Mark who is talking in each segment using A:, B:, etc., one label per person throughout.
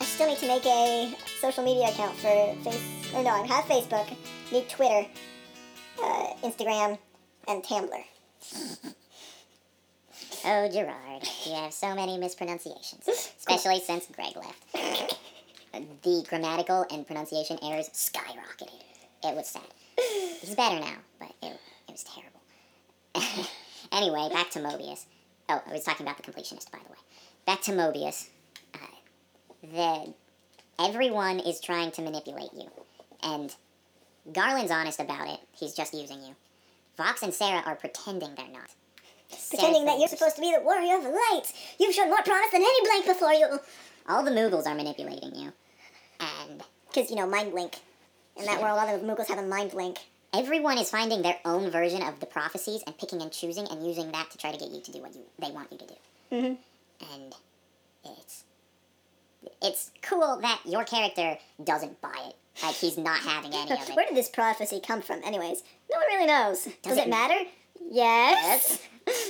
A: still need to make a social media account for face. Or no, I have Facebook, need Twitter, uh, Instagram, and Tumblr.
B: Oh, Gerard, you have so many mispronunciations, especially since Greg left. The grammatical and pronunciation errors skyrocketed. It was sad. He's better now, but it, it was terrible. anyway, back to Mobius. Oh, I was talking about the completionist, by the way. Back to Mobius. Uh, the everyone is trying to manipulate you, and Garland's honest about it. He's just using you. Vox and Sarah are pretending they're not.
A: Pretending that you're
B: Sarah-
A: supposed to be the warrior of light. You've shown more promise than any blank before you.
B: all the Muggles are manipulating you. And
A: Because, you know, mind link. In that world, all the Mughals have a mind link.
B: everyone is finding their own version of the prophecies and picking and choosing and using that to try to get you to do what you they want you to do. Mm-hmm. And it's it's cool that your character doesn't buy it. Like he's not having any of it.
A: Where did this prophecy come from, anyways? No one really knows. Does,
B: Does
A: it
B: it
A: matter? Yes.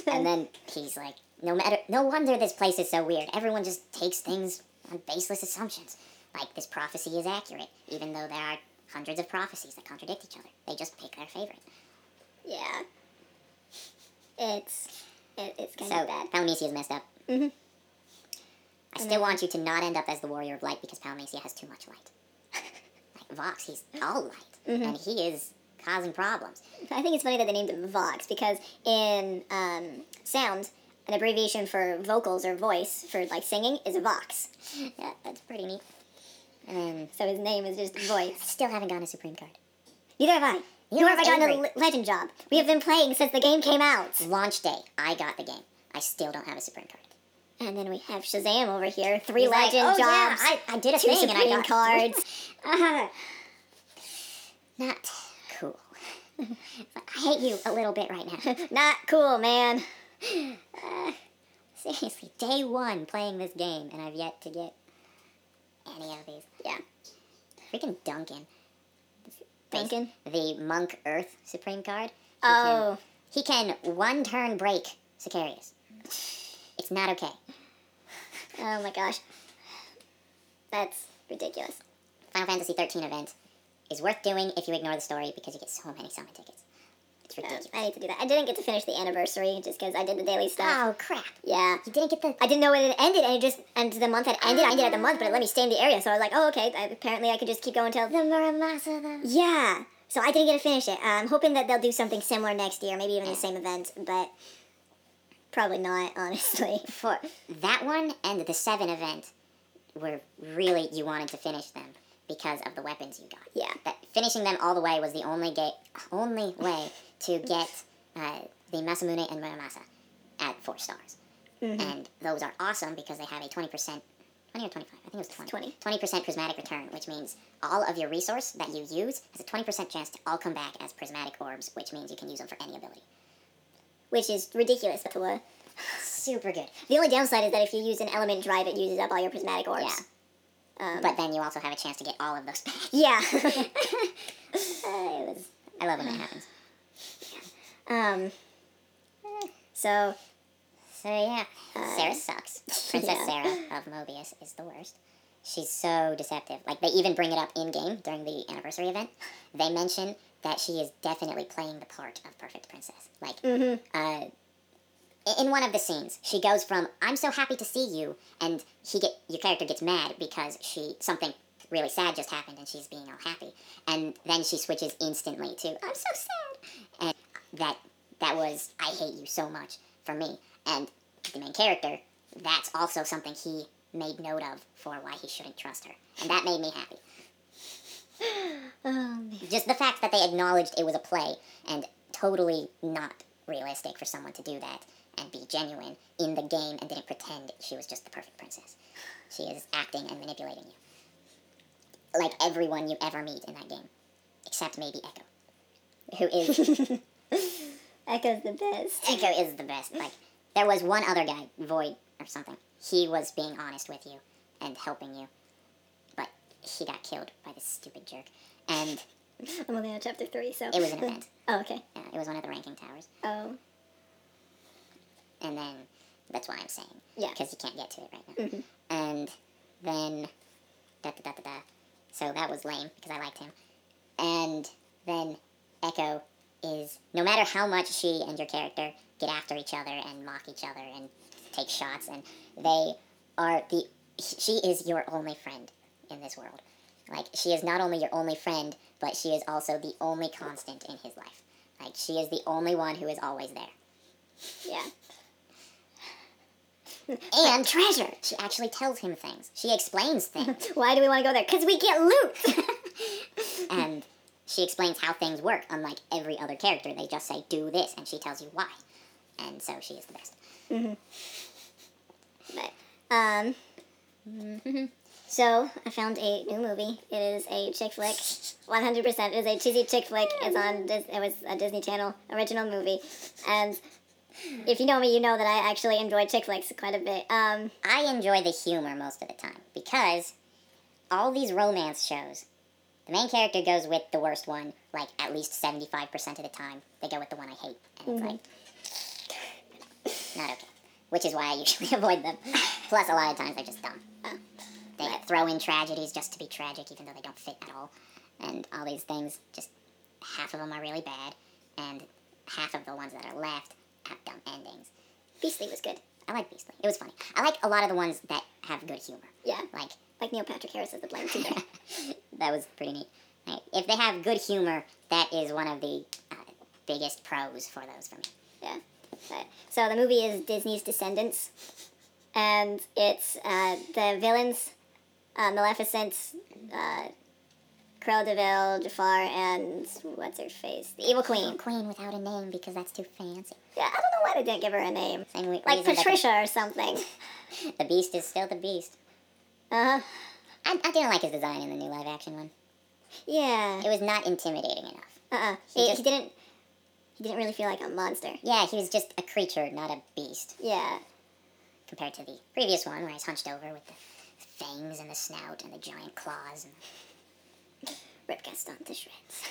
B: And then he's like, no matter, no wonder this place is so weird. Everyone just takes things on baseless assumptions. Like this prophecy is accurate, even though there are hundreds of prophecies that contradict each other. They just pick their favorite.
A: yeah. It's it, it's kind
B: So
A: of bad.
B: Palmesia is messed up. Mm-hmm. I still want you to not end up as the warrior of light because Palmesia has too much light. like Vox, he's all light,
A: Mm-hmm.
B: and he is causing problems.
A: I think it's funny that they named it Vox because in um, sound, an abbreviation for vocals or voice for like singing is Vox.
B: Yeah, that's pretty neat. And then,
A: Um, So his name is just
B: I
A: voice.
B: still haven't gotten a supreme card.
A: Neither have I. Nor
B: You know
A: have I
B: what's
A: gotten a
B: angry?
A: le- legend job. We have been playing since the game came out.
B: Launch day, I got the game. I still don't have a supreme card.
A: And then we have Shazam over here. Three
B: He's like,
A: legend
B: "Oh, yeah,
A: jobs.
B: I, I did a
A: two
B: thing and I
A: Supreme
B: got
A: cards.
B: Ah, not cool. I hate you a little bit right now.
A: Not cool, man.
B: Seriously, day one playing this game, and I've yet to get any of these.
A: Yeah.
B: Freaking Duncan.
A: Duncan?
B: The Monk Earth Supreme card. He
A: Oh.
B: Can, he can one turn break Sicarius. It's not okay.
A: Oh my gosh. That's ridiculous.
B: Final Fantasy 13 event is worth doing if you ignore the story because you get so many summon tickets. It's
A: Um,
B: ridiculous.
A: I need to do that. I didn't get to finish the anniversary just because I did the daily stuff.
B: Oh, crap.
A: Yeah.
B: You didn't get the. Oh,
A: I didn't know when it ended, and it just and the month had ended. I ended at the month, but it let me stay in the area, so I was like, oh okay. I, apparently, I could just keep going till
B: The Muramasa, though.
A: Yeah. So I didn't get to finish it. I'm hoping that they'll do something similar next year, maybe even the same event, but probably not, honestly. For
B: That one and the 7 event were really. You wanted to finish them because of the weapons you got.
A: yeah.
B: that finishing them all the way was the only ga- only way to get uh, the Masamune and Muramasa at four stars. And those are awesome because they have a 20%, 20 or 25, I think it was 20.
A: 20.
B: 20. percent prismatic return, which means all of your resource that you use has a 20% chance to all come back as prismatic orbs, which means you can use them for any ability.
A: Which is ridiculous. but, uh,
B: Super good.
A: The only downside is that if you use an element drive, it uses up all your prismatic orbs.
B: Yeah. but then you also have a chance to get all of those back.
A: Yeah.
B: It was- I love when that happens.
A: um, so,
B: So yeah, Sarah sucks. Princess
A: yeah.
B: Sarah of Mobius is the worst. She's so deceptive. Like they even bring it up in game during the anniversary event. They mention that she is definitely playing the part of perfect princess. Like, uh, i- in one of the scenes, she goes from "I'm so happy to see you," and he get your character gets mad because she something really sad just happened and she's being all happy, and then she switches instantly to "I'm so sad," and that that was I hate you so much for me. And the main character, that's also something he made note of for why he shouldn't trust her. And that made me happy. Just the fact that they acknowledged it was a play and totally not realistic for someone to do that and be genuine in the game and didn't pretend she was just the perfect princess. She is acting and manipulating you. Like everyone you ever meet in that game. Except maybe Echo. Who is
A: Echo's the best.
B: Echo is the best. Like there was one other guy, Void or something. He was being honest with you and helping you, but he got killed by this stupid jerk. And
A: I'm only on chapter three, so.
B: it was an event.
A: Oh, okay.
B: Uh, it was one of the ranking towers.
A: Oh.
B: And then that's why I'm saying
A: Yeah.
B: because you can't get to it right now. And then da da da da da. So that was lame because I liked him. And then Echo is no matter how much she and your character get after each other and mock each other and take shots and they are the she is your only friend in this world. Like she is not only your only friend, but she is also the only constant in his life. Like she is the only one who is always there.
A: Yeah.
B: And treasure. She actually tells him things. She explains things.
A: Why do we want to go there? Because we get loot.
B: and she explains how things work, unlike every other character. They just say, do this, and she tells you why. And so she is the best.
A: but um, so I found a new movie. It is a chick flick. One hundred percent is a cheesy chick flick. It's on. Dis- It was a Disney Channel original movie, and if you know me, you know that I actually enjoy chick flicks quite a bit. Um,
B: I enjoy the humor most of the time because all these romance shows, the main character goes with the worst one, like at least 75% of the time. They go with the one I hate. And
A: Mm-hmm.
B: it's like, not okay. Which is why I usually avoid them. Plus, a lot of times they're just dumb. They throw in tragedies just to be tragic, even though they don't fit at all. And all these things, just half of them are really bad, and half of the ones that are left have dumb endings.
A: Beastly was good.
B: I like Beastly. It was funny. I like a lot of the ones that have good humor.
A: Yeah,
B: Like,
A: like Neil Patrick Harris is the blind teacher.
B: that was pretty neat. Like, if they have good humor, that is one of the uh, biggest pros for those for me.
A: Yeah. But- So the movie is Disney's Descendants, and it's uh, the villains, uh, Maleficent, uh, Cruella de Vil, Jafar, and what's her face, the Evil Queen.
B: Queen without a name because that's too fancy.
A: Yeah, I don't know why they didn't give her a name,
B: Same re-
A: like
B: reason that
A: Patricia or something.
B: The, the Beast is still the Beast.
A: Uh huh.
B: I, I didn't like his design in the new live action one.
A: Yeah.
B: It was not intimidating enough.
A: Uh uh He,
B: He just-
A: he didn't. He didn't really feel like a monster.
B: Yeah, he was just a creature, not a beast,
A: Yeah.
B: compared to the previous one where he's hunched over with the fangs and the snout and the giant claws and
A: Rip got stomped to shreds.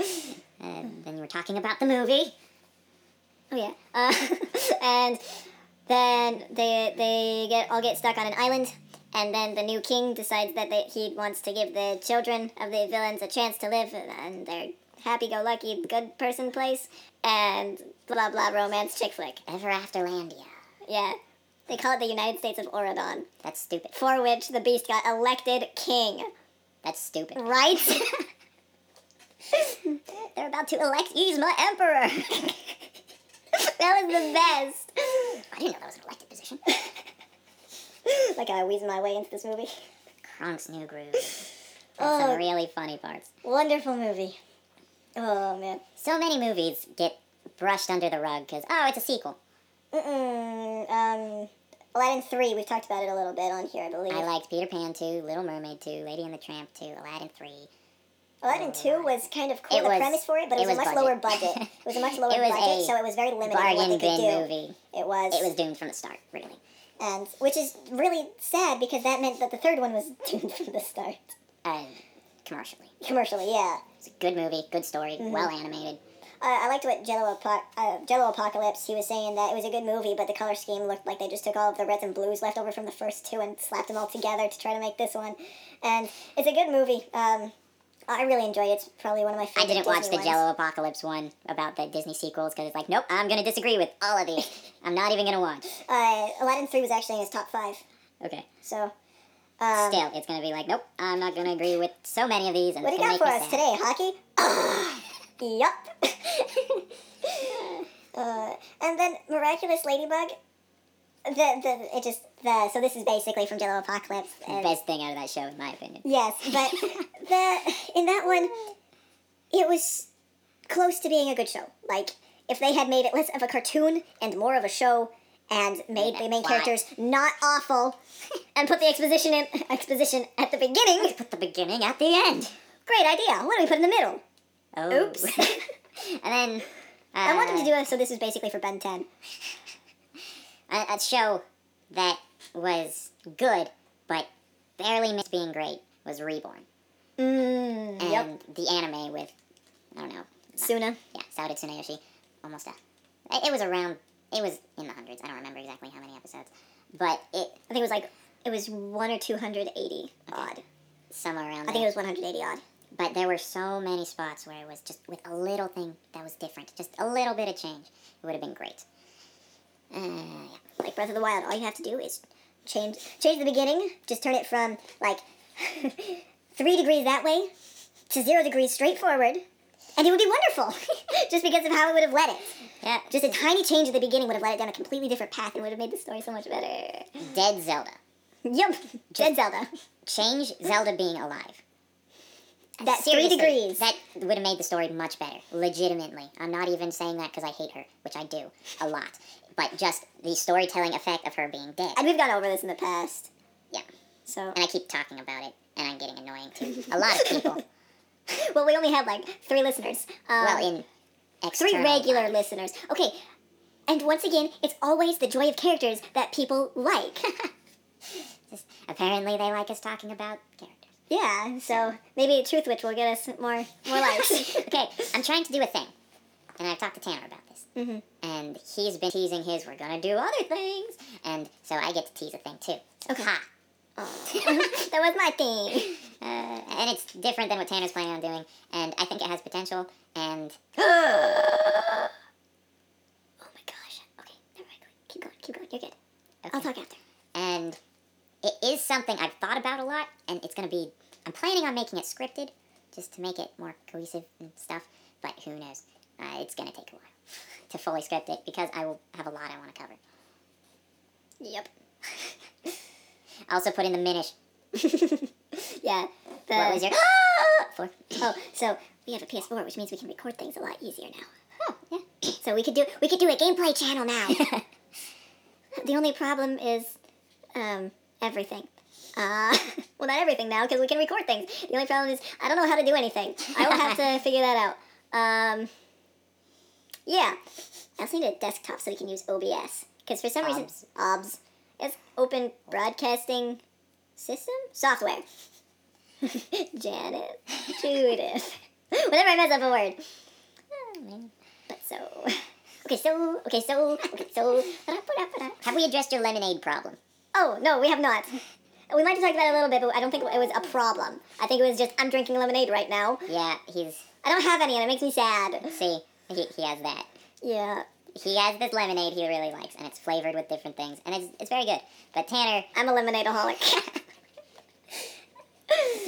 B: Uh, then you were talking about the movie.
A: Oh yeah. Uh, and then they they get all get stuck on an island, and then the new king decides that they, he wants to give the children of the villains a chance to live and their happy-go-lucky good person place, and blah blah romance chick flick.
B: Ever Afterlandia.
A: Yeah. They call it the United States of Oregon,
B: That's stupid.
A: for which the beast got elected king.
B: That's stupid.
A: Right?
B: They're about to elect Yzma emperor.
A: that was the best.
B: I didn't know that was an elected position.
A: Like I wheezed my way into this movie.
B: Kronk's new groove. That's
A: Oh.
B: some really funny parts.
A: Wonderful movie. Oh man.
B: So many movies get brushed under the rug because oh, it's a sequel.
A: Mm-mm. Um, Aladdin 3, we've talked about it a little bit on here, I believe.
B: I liked Peter Pan two, Little Mermaid two, Lady and the Tramp two, Aladdin three.
A: Aladdin 2 was kind of cool,
B: It
A: the
B: was-
A: premise for it, but it,
B: it
A: was, a
B: was
A: much
B: budget.
A: lower budget. It was a much lower
B: It was
A: budget,
B: a
A: so it was very limited in what they
B: Bargain
A: could
B: bin
A: do.
B: movie.
A: It was.
B: It was doomed from the start, really.
A: And, which is really sad because that meant that the third one was doomed from the start.
B: Uh, commercially,
A: Commercially, yeah.
B: it's a good movie, good story,
A: Mm-hmm.
B: well animated.
A: Uh, I liked what Jello, Apo- uh, Jello Apocalypse, he was saying that it was a good movie, but the color scheme looked like they just took all of the reds and blues left over from the first two and slapped them all together to try to make this one. And it's a good movie. Um, I really enjoyed it. It's probably one of my
B: I
A: favorite
B: didn't watch
A: Disney
B: the
A: ones.
B: Jello Apocalypse one about the Disney sequels because it's like, nope, I'm gonna disagree with all of these. I'm not even gonna watch.
A: Uh, Aladdin 3 was actually in his top five.
B: Okay.
A: So, um,
B: Still, it's gonna be like, nope, I'm not gonna agree with so many of these, and
A: what do
B: it's
A: you
B: gonna
A: got
B: make
A: for
B: me
A: us
B: sad.
A: today, hockey? yup. uh, and then Miraculous Ladybug. The, the, it just, the, so this is basically from Jello Apocalypse.
B: The
A: and-
B: Best thing out of that show, in my opinion.
A: Yes, but the in that one, it was close to being a good show. Like if they had made it less of a cartoon and more of a show, and made the main
B: Plot.
A: characters not awful, and put the exposition in exposition at the beginning.
B: Put the beginning at the end.
A: Great idea. What do we put in the middle?
B: Oh.
A: Oops.
B: and then uh,
A: I want them to do it. So this is basically for Ben Ten.
B: a, a show that was good but barely missed being great was Reborn,
A: Mm,
B: and
A: yep.
B: the anime with I don't know,
A: Suna.
B: yeah, Saudi Tsunayoshi, almost done. It it was around. It was in the hundreds. I don't remember exactly how many episodes, but it
A: I think it was like It was one or two hundred eighty odd.
B: somewhere around
A: I
B: there.
A: think it was one hundred eighty odd.
B: But there were so many spots where it was just with a little thing that was different, just a little bit of change, it would have been great. Uh, yeah.
A: Like Breath of the Wild, all you have to do is change change the beginning. Just turn it from like three degrees that way to zero degrees straight forward, and it would be wonderful. just because of how it would have led it.
B: yeah, just
A: Just a tiny change at the beginning would have led it down a completely different path and would have made the story so much better.
B: dead Zelda.
A: Yup, dead Zelda.
B: Change Zelda being alive.
A: That's three
B: Seriously,
A: degrees.
B: That would have made the story much better, legitimately. I'm not even saying that because I hate her, which I do a lot. But just the storytelling effect of her being dead.
A: and we've gone over this in the past,
B: yeah.
A: so.
B: And I keep talking about it, and I'm getting annoying too. A lot of people.
A: Well, we only had like three listeners. Um,
B: well, in
A: three
B: external
A: regular
B: life.
A: listeners. Okay, and once again, it's always the joy of characters that people like.
B: Just- Apparently, they like us talking about characters.
A: yeah, so maybe Truth Witch will get us more more likes.
B: okay, I'm trying to do a thing, and I've talked to Tanner about this, mm-hmm. and he's been teasing his. We're gonna do other things, and so I get to tease a thing too.
A: Okay.
B: Ha.
A: that was my thing.
B: Uh, and it's different than what Tanner's planning on doing, and I think it has potential. And
A: oh my gosh. Okay, never mind. Keep going. Keep going. You're good. I'll
B: okay,
A: talk after.
B: and it is something I've thought about a lot, and it's gonna be. I'm planning on making it scripted, just to make it more cohesive and stuff. But who knows? Uh, it's gonna take a while to fully script it because I will have a lot I want to cover.
A: Yep.
B: I also put in the minish.
A: Yeah. The,
B: What was your for?
A: Oh, so we have a PS4, which means we can record things a lot easier now. Oh, yeah. So we could do we could do a gameplay channel now. the only problem is um, everything. Uh, well, not everything now because we can record things. The only problem is I don't know how to do anything. I will have to figure that out. Um, yeah, I also need a desktop so we can use OBS because for some reason
B: OBS.
A: OBS is Open Broadcasting System software. Janet, Judith. Whenever I mess up a word. Oh, But so. Okay, so. Okay, so. Okay, so. ba-da-ba-da-ba-da.
B: Have we addressed your lemonade problem?
A: Oh, no, we have not. We might have talked about it a little bit, but I don't think it was a problem. I think it was just, I'm drinking lemonade right now.
B: Yeah, he's
A: I don't have any, and it makes me sad.
B: see he, he has that.
A: Yeah.
B: He has this lemonade he really likes, and it's flavored with different things, and it's, it's very good. But Tanner,
A: I'm a lemonadeaholic.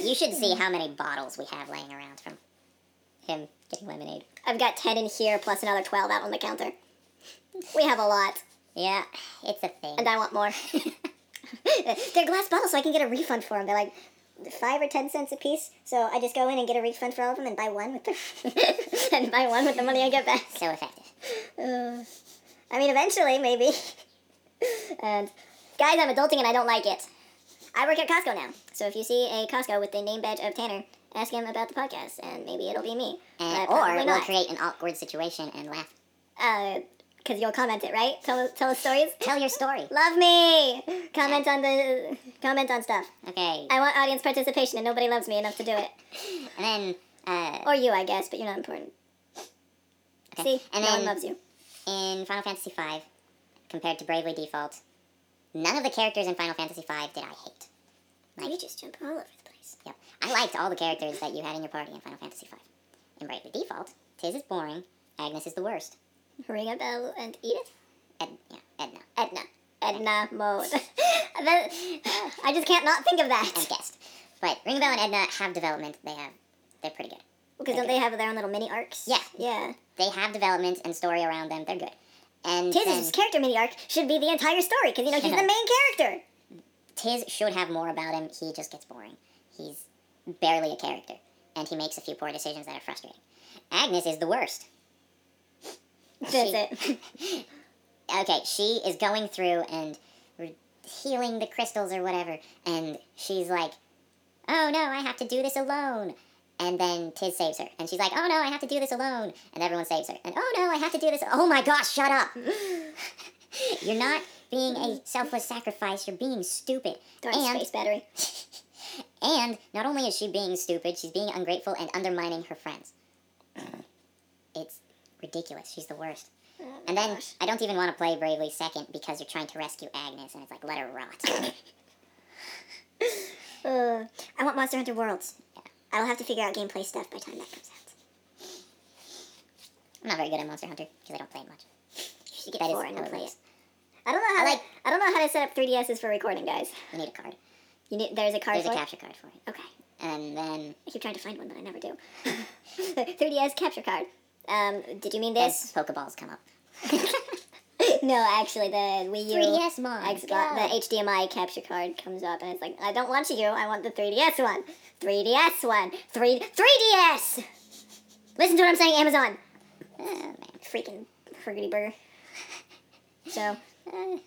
B: you should see how many bottles we have laying around from him getting lemonade.
A: I've got 10 in here, plus another 12 out on the counter. We have a lot,
B: Yeah, it's a thing.
A: and I want more. They're glass bottles, so I can get a refund for them. They're like five or ten cents a piece, so I just go in and get a refund for all of them and buy one with the and buy one with the money I get back.
B: so effective.
A: Uh, I mean, eventually, maybe. and guys, I'm adulting and I don't like it. I work at Costco now, so if you see a Costco with the name badge of Tanner, ask him about the podcast, and maybe it'll be me.
B: And,
A: But
B: Eh, or
A: probably
B: we'll
A: not.
B: create an awkward situation and laugh.
A: because you'll comment it, right? Tell tell us stories.
B: Tell your story.
A: Love me. Comment on the comment on stuff.
B: Okay,
A: I want audience participation, and nobody loves me enough to do it.
B: and then uh,
A: Or you, I guess, but you're not important.
B: Okay.
A: See,
B: And
A: no one
B: then-
A: loves you.
B: in Final Fantasy V, compared to Bravely Default, none of the characters in Final Fantasy V did I hate.
A: Like, you just jump all over the place.
B: Yep. I liked all the characters that you had in your party in Final Fantasy V. In Bravely Default, Tiz is boring, Agnes is the worst.
A: Ring a bell and Edith.
B: Ed, yeah, Edna.
A: Edna. Edna mode. That- uh, I just can't not think of
B: And
A: that.
B: Guest. But Ring a Bell and Edna have development. They have, they're pretty good.
A: Because don't they have their own little mini arcs?
B: Yeah.
A: Yeah.
B: They have development and story around them. They're good. And then
A: Tiz's character mini arc should be the entire story because you know he's the main character.
B: Tiz should have more about him. He just gets boring. He's barely a character, and he makes a few poor decisions that are frustrating. Agnes is the worst.
A: That's it.
B: okay, she is going through and re- healing the crystals or whatever, and she's like, "Oh no, I have to do this alone." And then Tiz saves her, and she's like, "Oh no, I have to do this alone," and everyone saves her, and "Oh no, I have to do this." Oh my gosh, shut up! You're not being a selfless sacrifice. You're being stupid.
A: Darn
B: and
A: space battery.
B: and not only is she being stupid, she's being ungrateful and undermining her friends. It's ridiculous. She's the worst. And then I don't even want to play Bravely Second because you're trying to rescue Agnes, and it's like let her rot.
A: Uh, I want Monster Hunter Worlds. I will have to figure out gameplay stuff by the time that comes out.
B: I'm not very good at Monster Hunter because I don't play it much.
A: You should get
B: That is
A: four and
B: how
A: we'll
B: it
A: play it.
B: works.
A: I don't know how
B: I
A: to-
B: like-
A: I don't know how to set up 3DSs for recording, guys.
B: You need a card.
A: You need, there's a card
B: There's a
A: for it?
B: capture card for it.
A: Okay.
B: And then
A: I keep trying to find one, but I never do. 3DS capture card. Um, did you mean this?
B: as Pokeballs come up.
A: no, actually, the Wii U.
B: 3DS mod.
A: I got the HDMI capture card comes up, and it's like, I don't want you. I want the 3DS one. 3DS one. 3 3DS. Listen to what I'm saying, Amazon.
B: Oh, man.
A: Freaking friggity burger. So, eh.
B: Uh,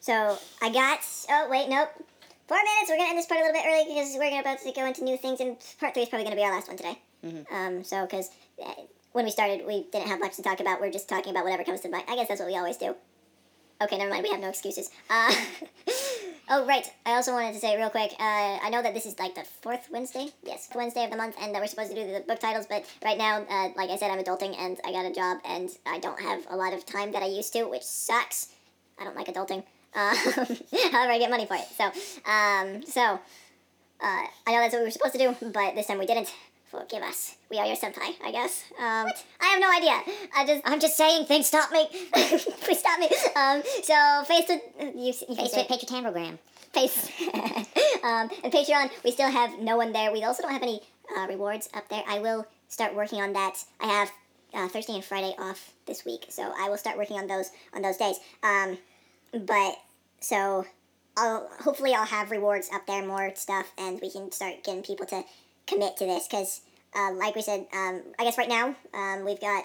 A: so I got. Oh wait, nope. Four minutes. We're gonna end this part a little bit early because we're gonna about to go into new things, and part three is probably gonna be our last one today.
B: Mhm.
A: Um, so because uh, when we started, we didn't have much to talk about. We're just talking about whatever comes to mind. I guess that's what we always do. Okay, never mind. We have no excuses. Uh, oh right. I also wanted to say real quick. Uh, I know that this is like the fourth Wednesday. Yes, fourth Wednesday of the month, and that we're supposed to do the book titles. But right now, uh, like I said, I'm adulting, and I got a job, and I don't have a lot of time that I used to, which sucks. I don't like adulting. Uh, however, I get money for it. So, um, so uh, I know that's what we were supposed to do, but this time we didn't. Forgive us. We are your senpai, I guess. Um, I have no idea. I just, I'm just saying things. Stop me. Please stop me. Um, so face with you. you can say-
B: Facebook Patriot Tambrogram.
A: Face. um, and Patreon, we still have no one there. We also don't have any uh, rewards up there. I will start working on that. I have uh, Thursday and Friday off this week, so I will start working on those on those days. Um, but so I'll hopefully I'll have rewards up there, more stuff, and we can start getting people to commit to this because, uh, like we said, um, I guess right now um, we've got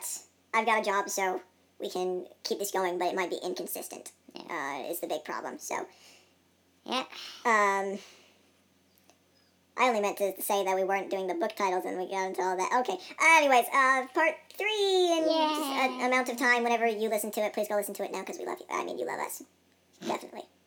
A: I've got a job, so we can keep this going, but it might be inconsistent. Uh, is the big problem. So.
B: Yeah.
A: Um, I only meant to say that we weren't doing the book titles, and we got into all that. Okay. Anyways, uh, part three and
B: Yay.
A: a, amount of time. Whenever you listen to it, please go listen to it now because we love you. I mean, you love us, definitely.